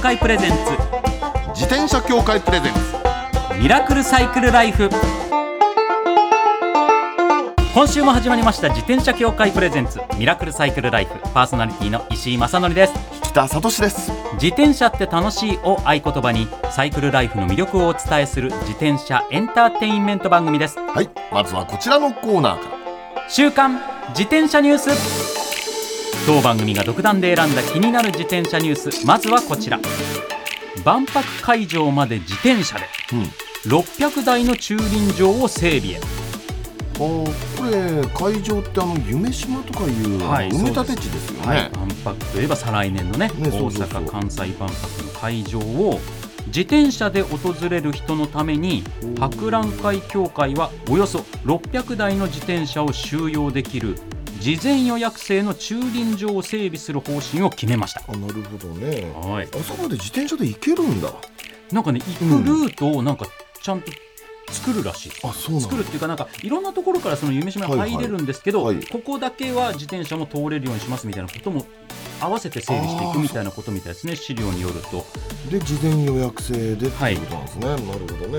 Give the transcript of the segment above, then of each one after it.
会プレゼンツ自転車協会プレゼンツミラクルサイクルライフ今週も始まりました自転車協会プレゼンツミラクルサイクルライフパーソナリティの石井正則です北聡です自転車って楽しいを合言葉にサイクルライフの魅力をお伝えする自転車エンターテインメント番組ですはいまずはこちらのコーナーから週刊自転車ニュース当番組が独断で選んだ気になる自転車ニュースまずはこちら万博会場まで自転車でうん600台の駐輪場を整備へあーこれ会場ってあの夢島とかいう、はい埋め立て地ですよね、はい、万博といえば再来年のねねそうそうそう大阪・関西万博の会場を自転車で訪れる人のために博覧会協会はおよそ600台の自転車を収容できる事前予約制の駐輪場を整備する方針を決めました。あなるほどねはい、あそこまで自転車で行けるんだなんかね行くルートをなんかちゃんと作るらしいです。あそうなんだ作るっていうかなんかいろんなところからその夢島に入れるんですけど、はいはいはいここだけは自転車も通れるようにしますみたいなことも合わせて整理していくみたいなことみたいですね資料によると、で事前予約制でっていうことなんですね、なるほどね、うん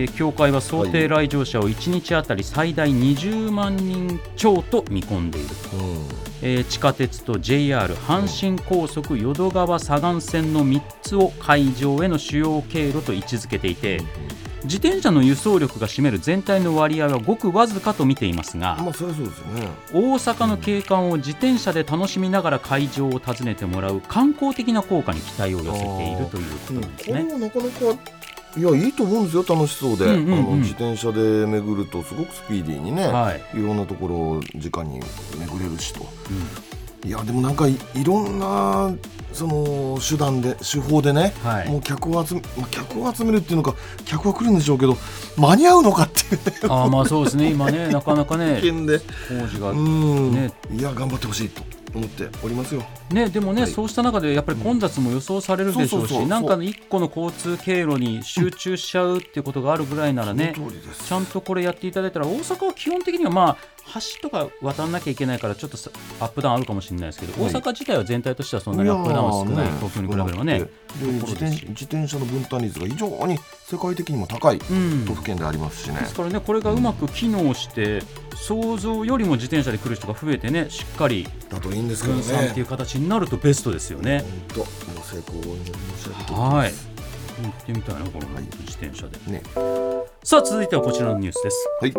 えー協会は想定来場者を1日あたり最大20万人超と見込んでいると、うんえー地下鉄と JR 阪神高速淀川左岸線の3つを会場への主要経路と位置づけていて自転車の輸送力が占める全体の割合はごくわずかと見ていますが、まあそりゃそうですよね大阪の景観を自転車で楽しみながら会場を訪ねてもらう観光的な効果に期待を寄せているということなんですこれ ね。もなかなかいやいいと思うんですよ楽しそうで、うんうんうんあの自転車で巡るとすごくスピーディーにね、はいい、ろんなところを直に巡れるしといやでもなんかいいろんなその手段で手法でね、はいもう客を集めまあ客を集めるっていうのか客は来るんでしょうけど間に合うのかっていうねああまあそうですね今 ねなかなかね意見で工事がうん、ねいや頑張ってほしいと思っておりますよ。ねでもね、はいそうした中でやっぱり混雑も予想されるでしょそううそうしそうなんかの一個の交通経路に集中しちゃうっていうことがあるぐらいならねその通りですちゃんとこれやっていただいたら大阪は基本的にはまあ橋とか渡んなきゃいけないからちょっとさアップダウンあるかもしれないですけど、はい大阪自体は全体としてはそんなにアップダウンは少ないやー東京に比べればねで自ところ転ですし自転車の分担率が非常に世界的にも高いうん都府県でありますしねで。すからねこれがうまく機能して、想像よりも自転車で来る人が増えてねしっかりだといいんですけど分散っていね。う形になるとベストですよね本。当もう成功を申し上げておりはまいす。行ってみたいなこのはい自転車で、ねさあ続いてはこちらのニュースですはい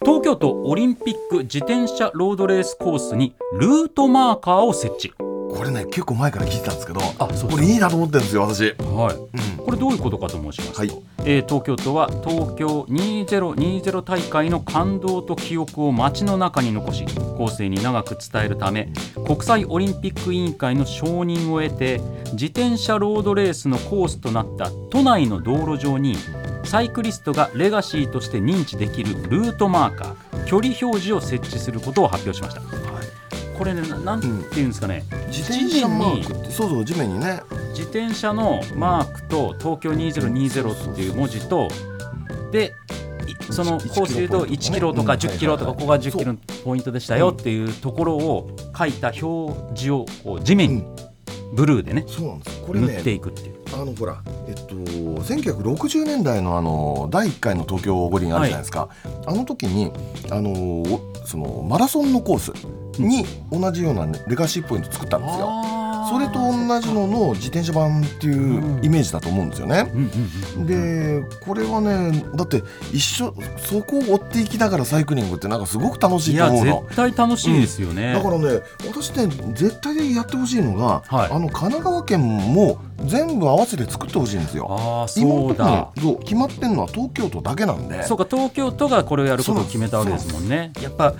東京都オリンピック自転車ロードレースコースにルートマーカーを設置これね結構前から聞いてたんですけど、あそうですかこれいいなと思ってるんですよ私。はいうんこれどういうことかと申しますと、はいえー東京都は東京2020大会の感動と記憶を街の中に残し後世に長く伝えるため国際オリンピック委員会の承認を得て自転車ロードレースのコースとなった都内の道路上にサイクリストがレガシーとして認知できるルートマーカー距離表示を設置することを発表しましたこれねななんていうんですかね、自転車マークってそうそう地面にね。自転車のマークと東京2020っていう文字とでいその1コースでいうと1キロとかうん10キロとかはいはいはいここが10キロのポイントでしたよっていうところを書いた表示をこう地面にブルーでねそうなんです。これ塗ねっていくっていうあのほら、えっと、1960年代のあの第1回の東京五輪あるじゃないですか、あの時にあのそのマラソンのコースに同じような、ね、レガシーポイント作ったんですよ。それと同じのの自転車版っていうイメージだと思うんですよね。うんうんうんでこれはねだって一緒そこを追っていきながらサイクリングってなんかすごく楽しいいとや思うの。絶対楽しいですよねだからね私ね絶対やってほしいのが、はいあの神奈川県も全部合わせて作ってほしいんですよ。ああそう今のところだねそう決まってんのは東京都だけなんでそうか東京都がこれをやることを決めたわけですもんね。やっぱ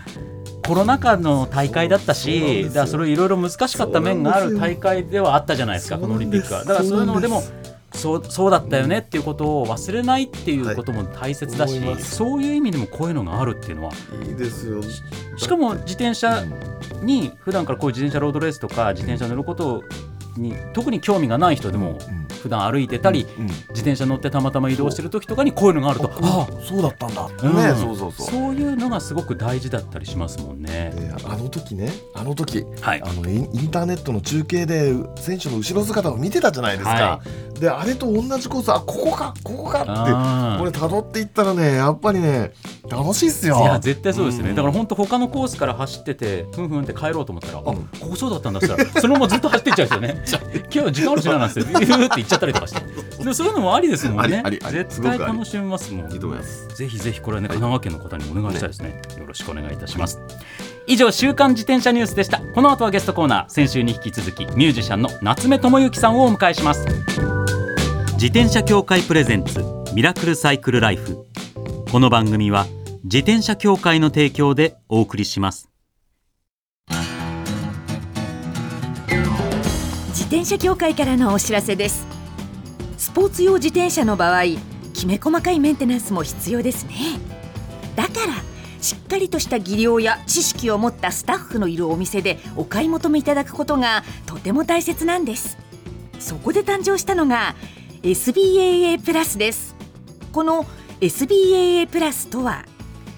コロナ禍の大会だったそうなんでし、すよだからそれいろいろ難しかった面がある大会ではあったじゃないですか、そこうのなオリンんピでックすは。だからそういうのをでもそそうそうだったよねっていうことを忘れないっていうことも大切だし、はい思いますそういう意味でもこういうのがあるっていうのはいいですよししかも自転車うんに普段からこういう自転車ロードレースとか自転車乗ることに特に興味がない人でもうん普段歩いてたり、うん自転車乗ってたまたま移動してる時とかにこういうのがあるとああそうだったんだ、うんねそうそうそうそういうのがすごく大事だったりしますもんね。であの時ねあの時はいあのインインターネットの中継で選手の後ろ姿を見てたじゃないですか、はであれと同じコースあここかここかってあこれー辿っていったらねやっぱりね楽しいっすよいや絶対そうですよね、んだから本当他のコースから走っててふんふんって帰ろうと思ったら、あうんここそうだったんだって言ったらそのままずっと走ってっちゃうんです よね今日時間あるしななんつってビューって行っちゃったりとかしてでそういうのもありですもんねありありあり絶すごくあ対り楽しめますもんいいと思いますぜひぜひこれはね神奈川県の方にお願いしたいですねよろしくお願いいたします以上週刊自転車ニュースでしたこの後はゲストコーナー先週に引き続きミュージシャンの夏目智之さんをお迎えします自転車協会プレゼンツミラクルサイクルライフこの番組は自転車協会の提供でお送りします自転車協会からのお知らせですスポーツ用自転車の場合きめ細かいメンテナンスも必要ですねだからしっかりとした技量や知識を持ったスタッフのいるお店でお買い求めいただくことがとても大切なんですそこで誕生したのが SBAA プラスですこの SBAA プラスとは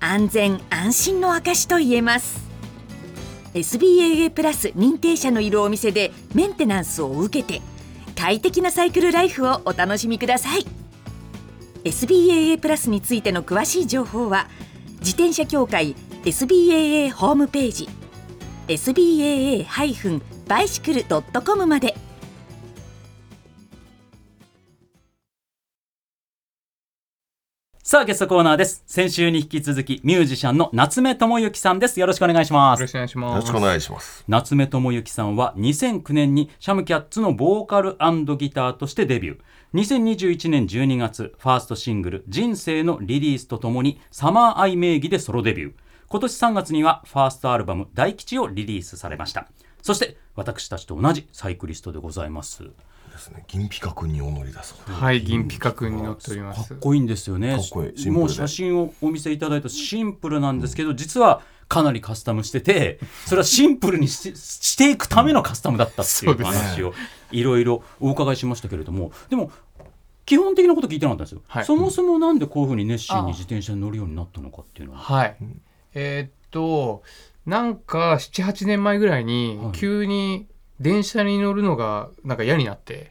安全安心の証と言えます SBAA プラス認定者のいるお店でメンテナンスを受けて快適なサイクルライフをお楽しみください SBAA プラスについての詳しい情報は自転車協会 SBAA ホームページ SBAA-bicycle.com までさあゲストコーナーです先週に引き続きミュージシャンの夏目智之さんですよろしくお願いしまよすろしくお願いしよまろす。しくお願いします夏目智之さんは2009年にシャムキャッツのボーカルギターとしてデビュー2021年12月ファーストシングル「人生」のリリースとともにサマーアイ名義でソロデビュー今年3月にはファーストアルバム「大吉」をリリースされましたそして私たちと同じサイクリストでございますですね銀ピカ君にお乗りだそうはい、銀ピカ君に乗っておりまかすっ。こいいんですよねかっこいいシンプルでもう写真をお見せいただいたシンプルなんですけど、実はかなりカスタムしてて それはシンプルにししていくためのカスタムだったっていそううです話をいろいろお伺いしましたけれどもでも基本的なこと聞いてなかったんですよ、はいそもそもなんでこういうふうに熱心に自転車に乗るようになったのかっていうのははい。えーっと、なんか7、8年前ぐらいにはい、急に電車に乗るのがなんか嫌になって、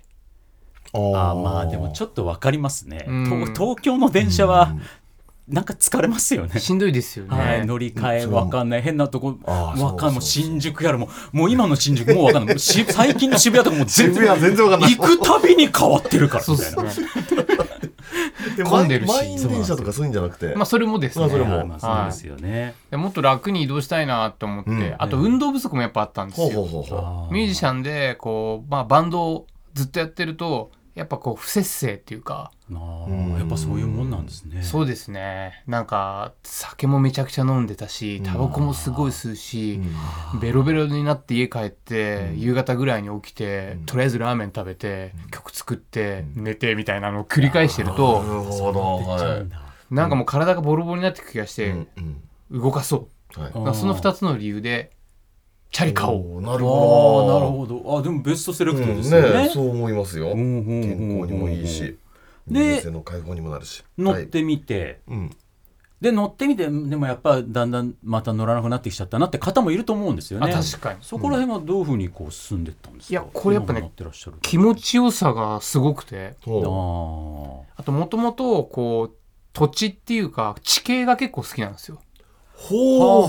あーまあでもちょっょっとわかりますね、うんと東京の電車うはんなんか疲れますよねしんどいですよはい、ね。乗り換えわかんない変なとこああわかんそうそうそもうう新宿やらもうもう今の新宿もうわか んないもうし最近の渋谷とかもう全渋然谷全然わかんない行くたびに変わってるからそうみでたいすな。ね。満混んでるし員電車とかそういうんじゃなくてまあそれもですね。まあそれもまあそうですよね。でもっと楽に移動したいなと思って、うんあと運動不足もやっぱあったんですほうよ。ほうほうほうあーミュージシャンでこう、まあ、バンドをずっとやってるとやっぱこう不節制っていうか、あうーんやっぱそういうもんなんですね。そうですねなんか酒もめちゃくちゃ飲んでたしタバコもすごい吸うし、ベロベロになって家帰って、夕方ぐらいに起きて、とりあえずラーメン食べて、曲作って、寝てみたいなのを繰り返してるなとるほどはいなんかもう体がボロボロになってく気がして、うんうん動かそうはいあーだからその2つの理由でチャリ買おうおーなあるーほどなるほど。あでもベストセレクトうんですよね。ねそう思いますよんうんうん健康にもいいしで人生の解放にもなるし乗はっいてみて。うんで乗ってみてでもやっぱだんだんまた乗らなくなってきちゃったなって方もいると思うんですよね。あ確かにそこら辺はどういうふうにこう進んでったんですか。いやこれやっぱね今も乗ってらっしゃる。気持ちよさがすごくてほああ。あともともとこう土地っていうか地形が結構好きなんですようほう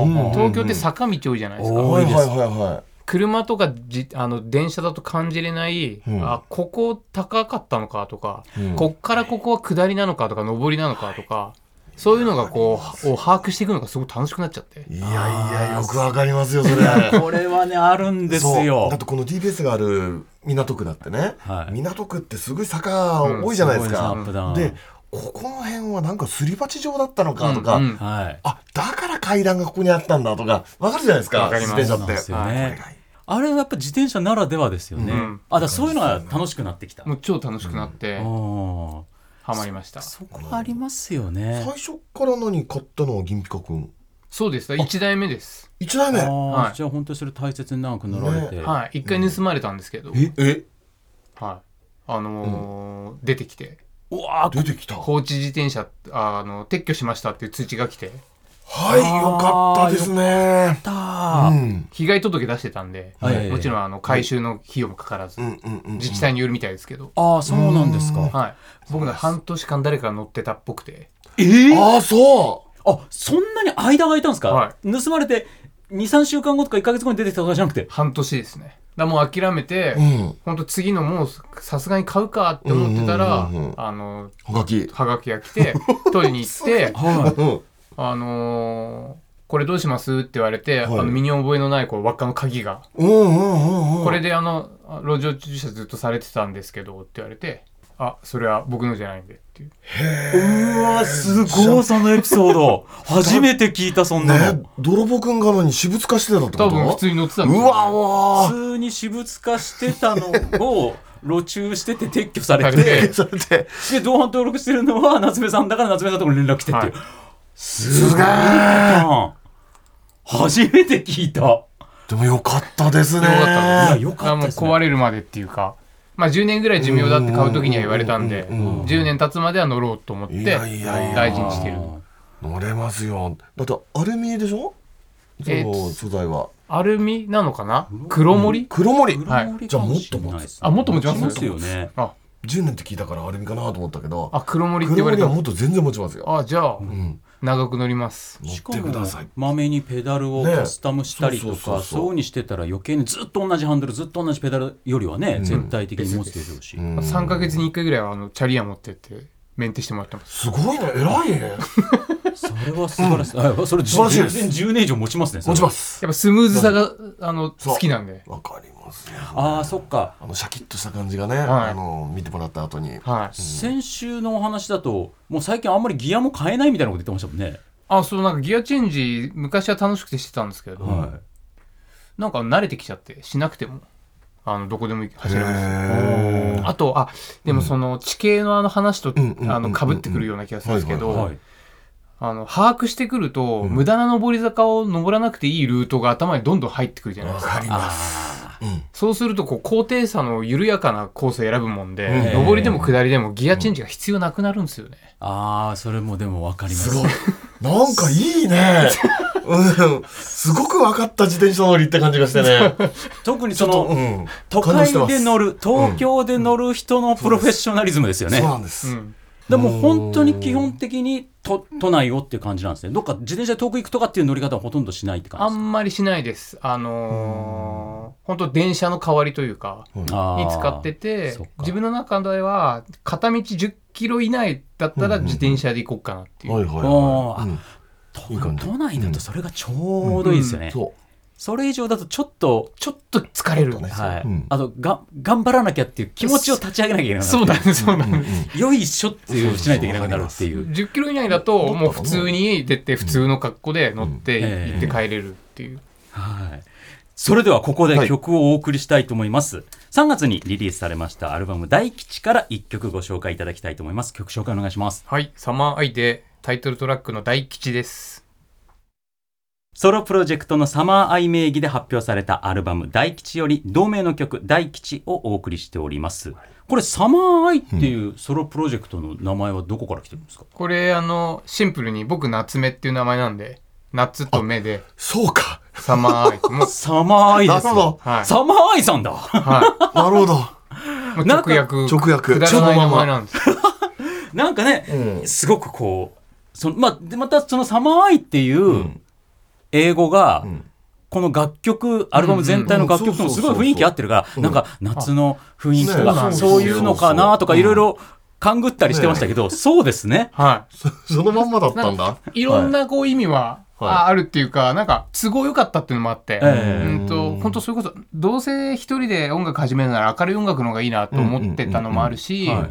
ほううん東京って坂道多いじゃないですか、多いですはいはいはいはい車とかじあの電車だと感じれない、うんあここ高かったのかとか、うんこっからここは下りなのかとか上りなのかとか、そういうのがこうを把握していくのがすごい楽しくなっちゃっていやいやよくわかりますよそれこれはねあるんですそうよだっ。てこの TBS がある港区だってね、はい港区ってすごい坂多いじゃないですか、うんすごいですアップダウンでここの辺はなんかすり鉢状だったのかとか、うんうんはいあだから階段がここにあったんだとかわかるじゃないですかわかります自そうなん転で車っすて。よはねいこれがいいあれはやっぱ自転車ならではですよね、うんあだからそういうのは楽しくなってきた、もう超楽しくなってあハマりましたあそこありますよね最初から何買ったのは銀ピカ君そうでした1代目です一代目ああはいじゃあ本当にそれ大切に長くなられて、はい1回盗まれたんですけど、ええはいあのー出てきてうわー出てきたはい放置自転車あの撤去しましたっていう通知が来てよかったですねたうーん被害届出してたんで、はいもちろんあの回収の費用もかからず、うんうんうん自治体によるみたいですけど、ああそうなんですかはい僕が半年間誰かが乗ってたっぽくてええああそあそんなに間が空いたんですか、は盗まれて23週間後とか1か月後に出てきたとかじゃなくて半年ですねだからもう諦めて、ううんほんと次のもうさすがに買うかって思ってたら、うんうんうんうんあのほがきはがきが来 て取りに行ってはうんあのーこれどうしますって言われて、はいあの身に覚えのないこう輪っかの鍵が、うんうんうんうんこれであのあ路上駐車ずっとされてたんですけどって言われてあそれは僕のじゃないんでっていうい、うわすごいそのエピソード初めて聞いたそんなの、ね泥棒君が何私物化してたってこと多分普通に乗ってたんですうよわうわ普通に私物化してたのを路中してて撤去されされてて それでで同伴登録してるのは夏目さんだから夏目さんのところに連絡来てっていう、はすごいな初めて聞いたでもよかったですねよかったいやよかったですねもう壊れるまでっていうか、まあ、10年ぐらい寿命だって買う時には言われたんで、うんうんうんうん10年経つまでは乗ろうと思っていやいやいや大事にしてる乗れますよだってアルミでしょそえーの素材はアルミなのかな黒森、黒森はいじゃあもっと持つあもっと持ちます持つよねあ10年って聞いたからアルミかなと思ったけどあ黒森って黒言われ森たはもっと全然持ちますよあじゃあ、うん長く乗ります乗っしかてもくださいまめにペダルをねカスタムしたりとそうそうそうかそうそうにしてたら余計にずっと同じハンドルずっと同じペダルよりはね全体的に持つでしょうしうん3か月に1回ぐらいはあのチャリア持ってってメンテしてもらってますすごいね偉いねそれは素晴らしいあそれ素晴らしいです全然10年以上持ちますねそれ持ちますやっぱスムーズさがあのそう好きなんでわかりますよああそっかあのシャキッとした感じがねはいあの見てもらった後にはい先週のお話だともう最近あんまりギアも変えないみたいなこと言ってましたもんねあそうなんかギアチェンジ昔は楽しくてしてたんですけど、はなんか慣れてきちゃってしなくてもあのどこでも行け走れますへあとあでもその地形のあの話とんうんうんあの被ってくるような気がするんですけいはどはいあの把握してくると、無駄な上り坂を登らなくていいルートが頭にどんどん入ってくるじゃないわですかかりますそうするとこう高低差の緩やかなコースを選ぶもんで、うん上りでも下りでもギアチェンジが必要なくなるんですよね、ああそれもでも分かりますすごい なんかいいねうんすごくわかった自転車乗りって感じがしてね特にちょそっと、うのん、都感動会してますで乗る東京で乗る人のプロフェッショナリズムですよねそうなんです、うんでも本当に基本的に都都内をっていう感じなんですね。どっか自転車で遠く行くとかっていう乗り方はほとんどしないってあ感じんまりしないですあのー本当電車の代わりというかですか。に使っててそっか自分の中では片道1 0キロ以内だったら自転車で行こうかなっていう、はいはいおはーい、うん都いい感じ都内だとそれがちょうどいいですよね。そそれ以上だとちょっと、ちょっと疲れるんちょでっすとねよ、はいうんあとが頑張らなきゃっていう気持ちを立ち上げなきゃいけないそうだねそうだ う、うんうね、ん、よいしょっていうしないといけなくなるっていう。 1 0キロ以内だともう普通に出て普通の格好で乗ってうん行って帰れるっていう、はい。それではここはでい曲をお送りしたいと思います。3月にリリースされましたアルバム大吉から1曲ご紹介いただきたいと思います。曲紹介お願いします。はい「サマーアイデー」タイトルトラックの大吉ですソロプロジェクトのサマーアイ名義で発表されたアルバム「大吉」より同名の曲「大吉」をお送りしておりますこれサマーアイっていうソロプロジェクトの名前はどこから来てるんですか、これあのシンプルに僕夏目っていう名前なんで夏と目でそうかサマーアイもうサマーアイですなるほよ、どはいサマーアイさんだは なるほど、い、もう直訳直訳くだらない名前なんですなんかね、うんすごくこうその、まあ、でまたそのサマーアイっていう英語が、んこの楽曲アルバム全体の楽曲ともすごい雰囲気合ってるから、んなんか夏の雰囲気とか、ねそういうのかなとかいろいろ勘ぐったりしてましたけど、そうですねはそのまんまだったんだい。いろんなこう意味はああるっていうかなんか都合良かったっていうのもあって、ええうんと本当それこそどうせ一人で音楽始めるなら明るい音楽の方がいいなと思ってたのもあるし、はい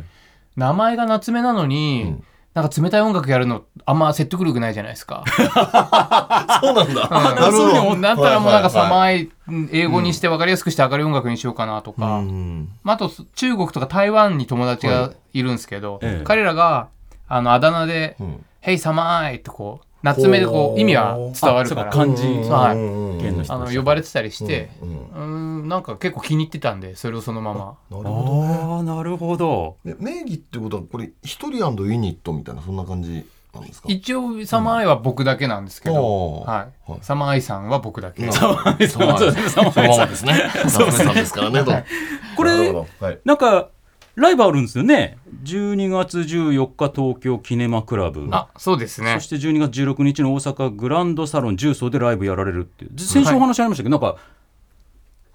名前が夏目なのに、んなんか冷たい音楽やるのあんま説得力ないじゃないですか。 そうなんだ。なるほどだったらもうなんかさ、はい前英語にして分かりやすくして明るい音楽にしようかなとか、うんまあ、あと中国とか台湾に友達がいるんですけど、ええ彼らがあのあだ名でん「ヘイサマーイ!」ってこう夏目でこほうう意味は伝わるかあらそう漢字はい県の人あのでした呼ばれてたりして、ううんんなんか結構気に入ってたんでそれをそのままなるほどね。ああなるほどで名義ってことはこれ一人ユニットみたいなそんな感じなんですか。一応サマーアイは僕だけなんですけど、うんはいはいサマーアイさんは僕だけ、サマイさん そうですね そのままですね。そうさんですからね。どうこなるれほどはい。なんかライブあるんですよね12月14日東京キネマクラブあそうですねそして12月16日の大阪グランドサロン重曹でライブやられるっていう先週お話ありましたけど、なんか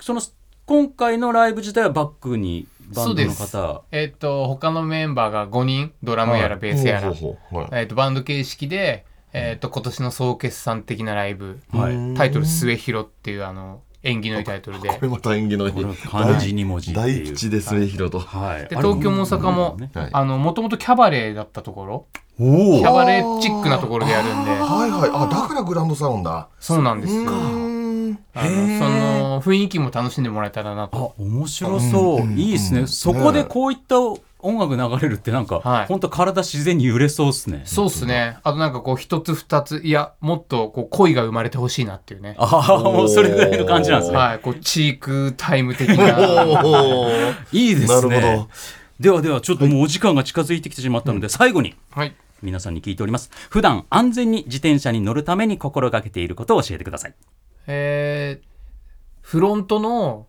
その今回のライブ自体はバックにバンドの方えっ、と他のメンバーが5人ドラムやらベースやら、ほうほうほうはいえっとバンド形式で、えっと今年の総決算的なライブ、はうんタイトル「末広」っていうあの縁起のいいタイトルでこれまた演技のいいこれ漢字二文字っていう大吉ですね、ヒロと。はいあでれ東京も大阪もねはいもともとキャバレーだったところおおキャバレーチックなところでやるんではいはい。あ、だからグランドサロンだ。そうなんですようーんあのその雰囲気も楽しんでもらえたらなあと面白そう、うんうんいいですね、うんそこでこういった音楽流れるってなんか、はい本当体自然に揺れそうですねそうっすねあとなんかこう一つ二ついやもっとこう恋が生まれてほしいなっていうねああもうそれぐらいの感じなんですね、はいこうチークタイム的お なーいいですねなるほどではではちょっともうお時間が近づいてきてしまったので、最後にはい皆さんに聞いております普段安全に自転車に乗るために心がけていることを教えてくださいえーフロントの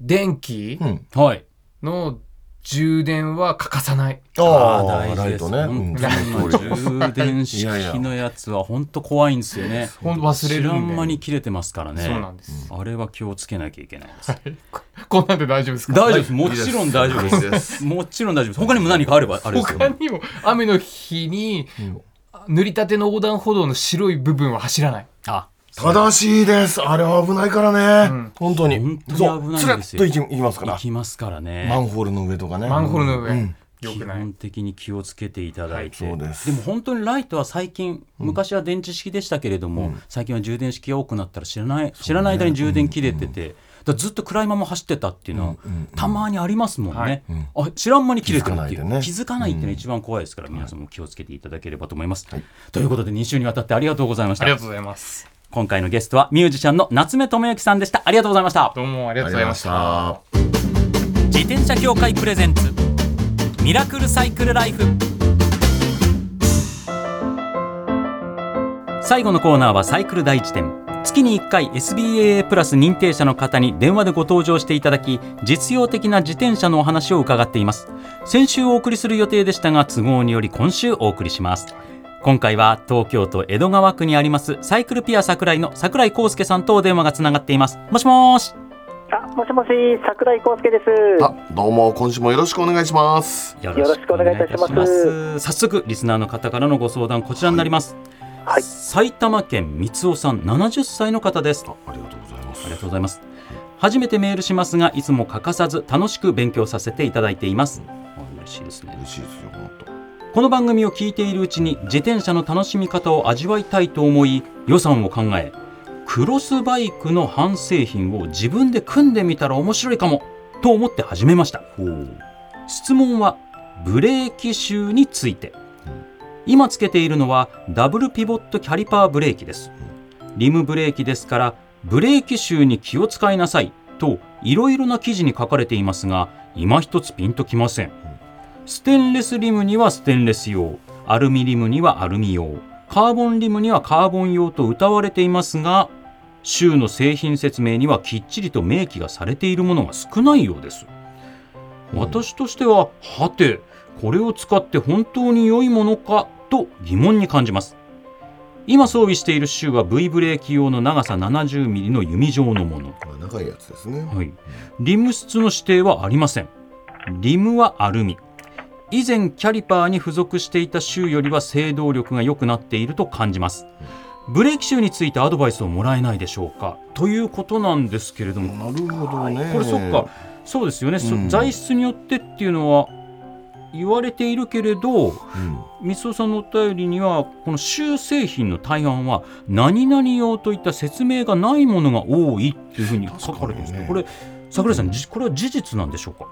電気うん。はいの充電は欠かさないあーあ、ライトね。うん大事です本当に充電いやい式やのやつは本当怖いんですよねほんと忘れる知んでらん間に切れてますからねそうなんですあれは気をつけなきゃいけないですこんなんで大丈夫ですか大丈夫ですもちろん大丈夫いいでですもちろん大丈夫です他にも何かあればあれですよ他にも雨の日に塗りたての横断歩道の白い部分は走らないあ 正しいです。あれは危ないからね。本当に。本当に危ないんですよそうつらっと行き行きますか行ら。きますからねマンホールの上とかね。マンホールのう上ん良基くない本的に気をつけていただいて、はいそうですも本当にライトは最近昔は電池式でしたけれども、最近は充電式が多くなったら知らない知らない間に充電切れてて、だからずっと暗いまま走ってたっていうのは、たまにありますもんね、はいあ知らん間に切れてるっていう気づ気づかないかないっでねていうのが一番怖いですから、皆さんも気をつけていただければと思います、ということで2週にわたってありがとうございましあたりがとうございます今回のゲストはミュージシャンの夏目智之さんでしたありがとうございましたどうもありがあとうりごがざとうございいまましたした。自転車協会プレゼンツミラクルサイクルライフ最後のコーナーはサイクル第一点月に1回 SBAA プラス認定者の方に電話でご登場していただき実用的な自転車のお話を伺っています先週お送りする予定でしたが都合により今週お送りします今回は東京都江戸川区にありますサイクルピア桜井の桜井康介さんとお電話がつながっていますもしもーしあ、もしもし、桜井康介です。あ、どうも、今週もよろしくお願いします。よろしくお願いいたします早速リスナーの方からのご相談こちらになります。はい埼玉県三尾さん70歳の方です。ああありがとうございます。りがとうございます。初めてメールしますがいつも欠かさず楽しく勉強させていただいています。あ嬉しいですね。嬉しいですよ、本当。この番組を聞いているうちに自転車の楽しみ方を味わいたいと思い予算を考えクロスバイクの半製品を自分で組んでみたら面白いかもと思って始めました質問はブレーキシューについて今つけているのはダブルピボットキャリパーブレーキですリムブレーキですからブレーキシューに気を使いなさいといろいろな記事に書かれていますが今一つピンときませんステンレスリムにはステンレス用アルミリムにはアルミ用カーボンリムにはカーボン用と謳われていますが州の製品説明にはきっちりと明記がされているものが少ないようです私としてははてこれを使って本当に良いものかと疑問に感じます今装備している州は V ブレーキ用の長さ 70mm の弓状のものまあ、長いやつですね。はい、リム質の指定はありませんリムはアルミ以前キャリパーに付属していた州よりは制動力が良くなっていると感じますブレーキシューについてアドバイスをもらえないでしょうかということなんですけれども、なるほどね。これそっか。そうですよね、そうん材質によってっていうのは言われているけれどうん光雄さんのお便りにはこの修正品の対案は何々用といった説明がないものが多いっていうふうに書かれてるんですね。こ確かにれ桜井さん、じこれは事実なんでしょうか。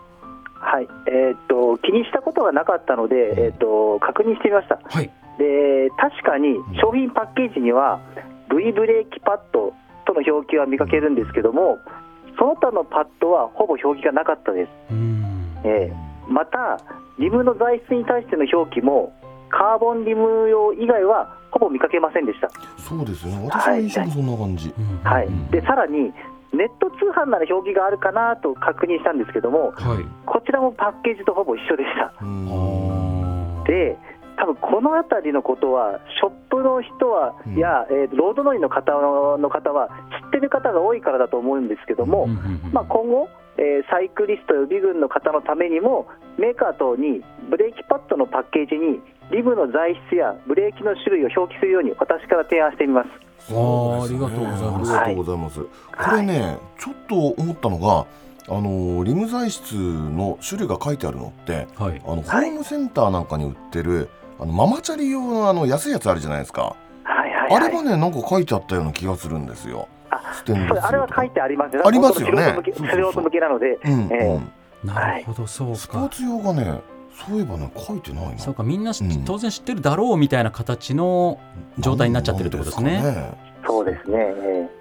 はい、えーっと気にしたことがなかったので、えーっと確認してみました。はい。で確かに商品パッケージには V ブレーキパッドとの表記は見かけるんですけども、その他のパッドはほぼ表記がなかったです。うん。えーまたリムの材質に対しての表記もカーボンリム用以外はほぼ見かけませんでした。そうですよね。私の印象もそんな感じ。うんはいうん、でさらにネット通販なら表記があるかなと確認したんですけどもはい。こちらもパッケージとほぼ一緒でしたうんあーで多分この辺りのことはショップの人は、うんや、えーロード乗りの方の方は知ってる方が多いからだと思うんですけども、うんうんうんまあ、今後、えーサイクリスト予備軍の方のためにもメーカー等にブレーキパッドのパッケージにリムの材質やブレーキの種類を表記するように私から提案してみます。あーありがとうございますありがとうございます。これね、ちょっと思ったのが、あのリム材質の種類が書いてあるのって、はいあのホームセンターなんかに売ってる、あのママチャリ用のあの安いやつあるじゃないですか。はいはいあはい、れはね、なんか書いてあったような気がするんですよ。ステンレスそれあれは書いてありますね。ありますよね本当に素人そう向そうそけう素人向けなので、うんうんええなるほど、そうスポーか。ツ用がね、そういえばね書いてないな。そうか、みんなしうん当然知ってるだろうみたいな形の状態になっちゃってるってことですね。なんでかねそうですね。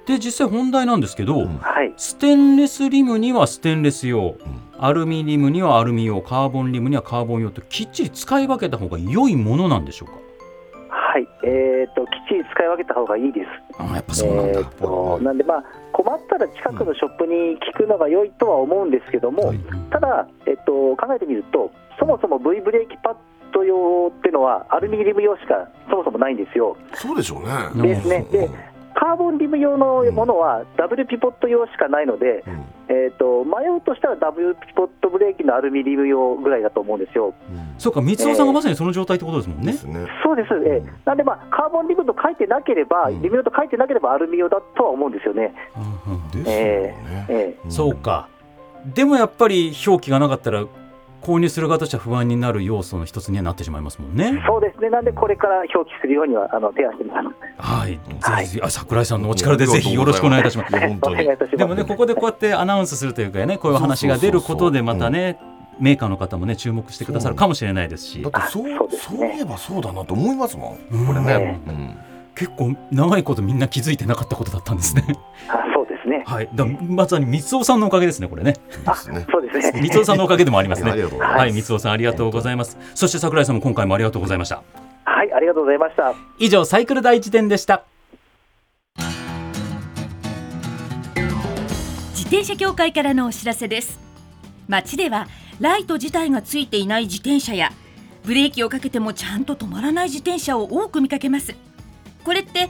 え実際本題なんですけど、んーはい。ステンレスリムにはステンレス用、んアルミリムにはアルミ用、カーボンリムにはカーボン用ときっちり使い分けた方が良いものなんでしょうか。はい、えー、ときっちり使い分けた方がいいです。あやっぱそうなんだえー、となんで、まあ、困ったら近くのショップに聞くのが良いとは思うんですけども、はいただ、えっと考えてみると、そもそも V ブレーキパッド用っていうのは、アルミリム用しかそもそもないんですよ。そうでしょうね。うんですね。でカーボンリム用のものはダブルピポット用しかないので、うんえー、と迷うとしたらダブルピポットブレーキのアルミリム用ぐらいだと思うんですよ。うんそうか、三尾さんがまさにその状態ってことですもんでね。すね。そうです、ええなんで、まあ、カーボンリムと書いてなければ、うんリム用と書いてなければアルミ用だとは思うんですよね。うんうんですよね。ええんそう。か。でもやっぱり表記がなかったら購入する側としては不安になる要素の一つにはなってしまいますもんね。そうですね、なんでこれから表記するようにはあの提案してみます。はい、ぜひぜひあ桜井さんのお力でぜひよろしくお願いいたします。いや本 お当願にいい。たします。でもねここでこうやってアナウンスするというかねこういう話が出ることでまたねメーカーの方もね注目してくださるかもしれないですしだってそうあそうですそうねいえばそうだなと思いますもん。うんこれね。ううんん結構長いことみんな気づいてなかったことだったんですね。 あそうですね。はい、だまさに三尾さんのおかげですねこれねですね。そうですね。三尾さんのおかげでもありますね。いやありがとうございまはすい三尾さんありがとうございます。そして桜井さんも今回もありがとうございました。はい、ありがとうございました。以上サイクル第一伝でした。自転車協会からのお知らせです街ではライト自体がついていない自転車やブレーキをかけてもちゃんと止まらない自転車を多く見かけますこれって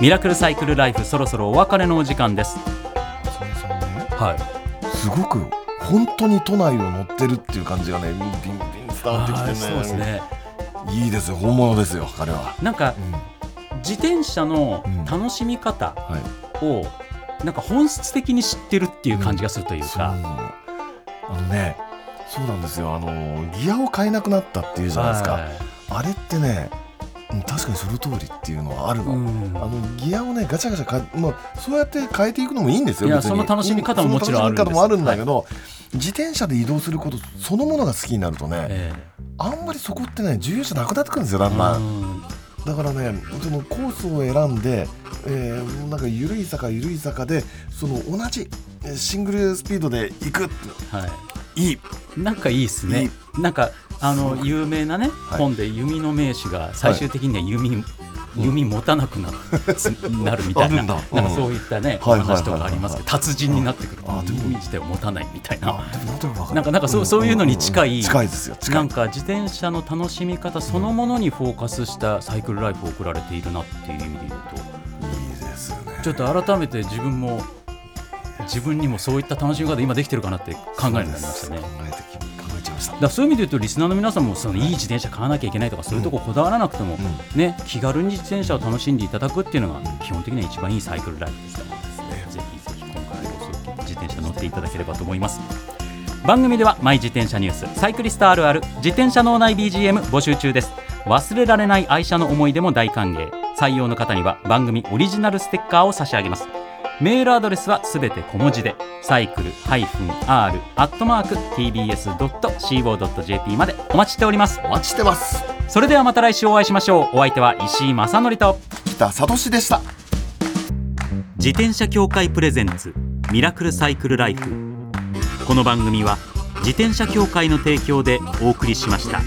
ミラクルサイクルライフそろそろお別れのお時間です。浅見さんねはい。すごく本当に都内を乗ってるっていう感じがね、ビンビン伝わってきてね。そうです。ね。いいですよ、本物ですよ、彼は。なんかうん自転車の楽しみ方。はい。をなんか本質的に知ってるっていう感じがするというそうか、あのね、そうなんですよ。あのギアを変えなくなったっていうじゃないですか。はいあれってね、うん確かにその通りっていうのはあるうの、んあのギアをねガチャガチャか、まあ、そうやって変えていくのもいいんですよいや別にその楽しみ方ももちろんあるんですその楽しみ方もあるんだけど、自転車で移動することそのものが好きになるとね、えあんまりそこってね重要じゃなくなってくるんですよだえんだん、うんだからねそのコースを選んで、えーなんか緩い坂緩い坂でその同じえーシングルスピードで行くいいはい、なんかいいっすいねいなんかあの有名なね、い本で弓の名手が最終的には弓,、弓持たな くなるなるみたいあなるんだなんかうんそういったね、はいはいはいはい話とかありますけど達人になってくる、あでも弓自体を持たないみたいなあでもなんとなくわかるなんかなんかそうそういうのに近い近いですよ近いなんか自転車の楽しみ方そのものにフォーカスしたサイクルライフを送られているなっていう意味で言ういいですねとちょっと改めて自分も自分にもそういった楽しみ方今できてるかなって考えるようになりましたね。そうです考えてき考えちゃいましただからそういう意味で言うとリスナーの皆さんもそのいい自転車買わなきゃいけないとかそういうとここだわらなくても、ね、気軽に自転車を楽しんでいただくっていうのが基本的には一番いいサイクルライフですからぜひぜひ今回の放送を聞いて自転車乗っていただければと思います番組ではマイ自転車ニュースサイクリストあるある自転車脳内 BGM 募集中です忘れられない愛車の思い出も大歓迎採用の方には番組オリジナルステッカーを差し上げますメールアドレスはすべて小文字でサイクル -r アットマーク tbs.co.jp までお待ちしておりますお待ちしてますそれではまた来週お会いしましょうお相手は石井正則と北聡でした自転車協会プレゼンツミラクルサイクルライフこの番組は自転車協会の提供でお送りしました。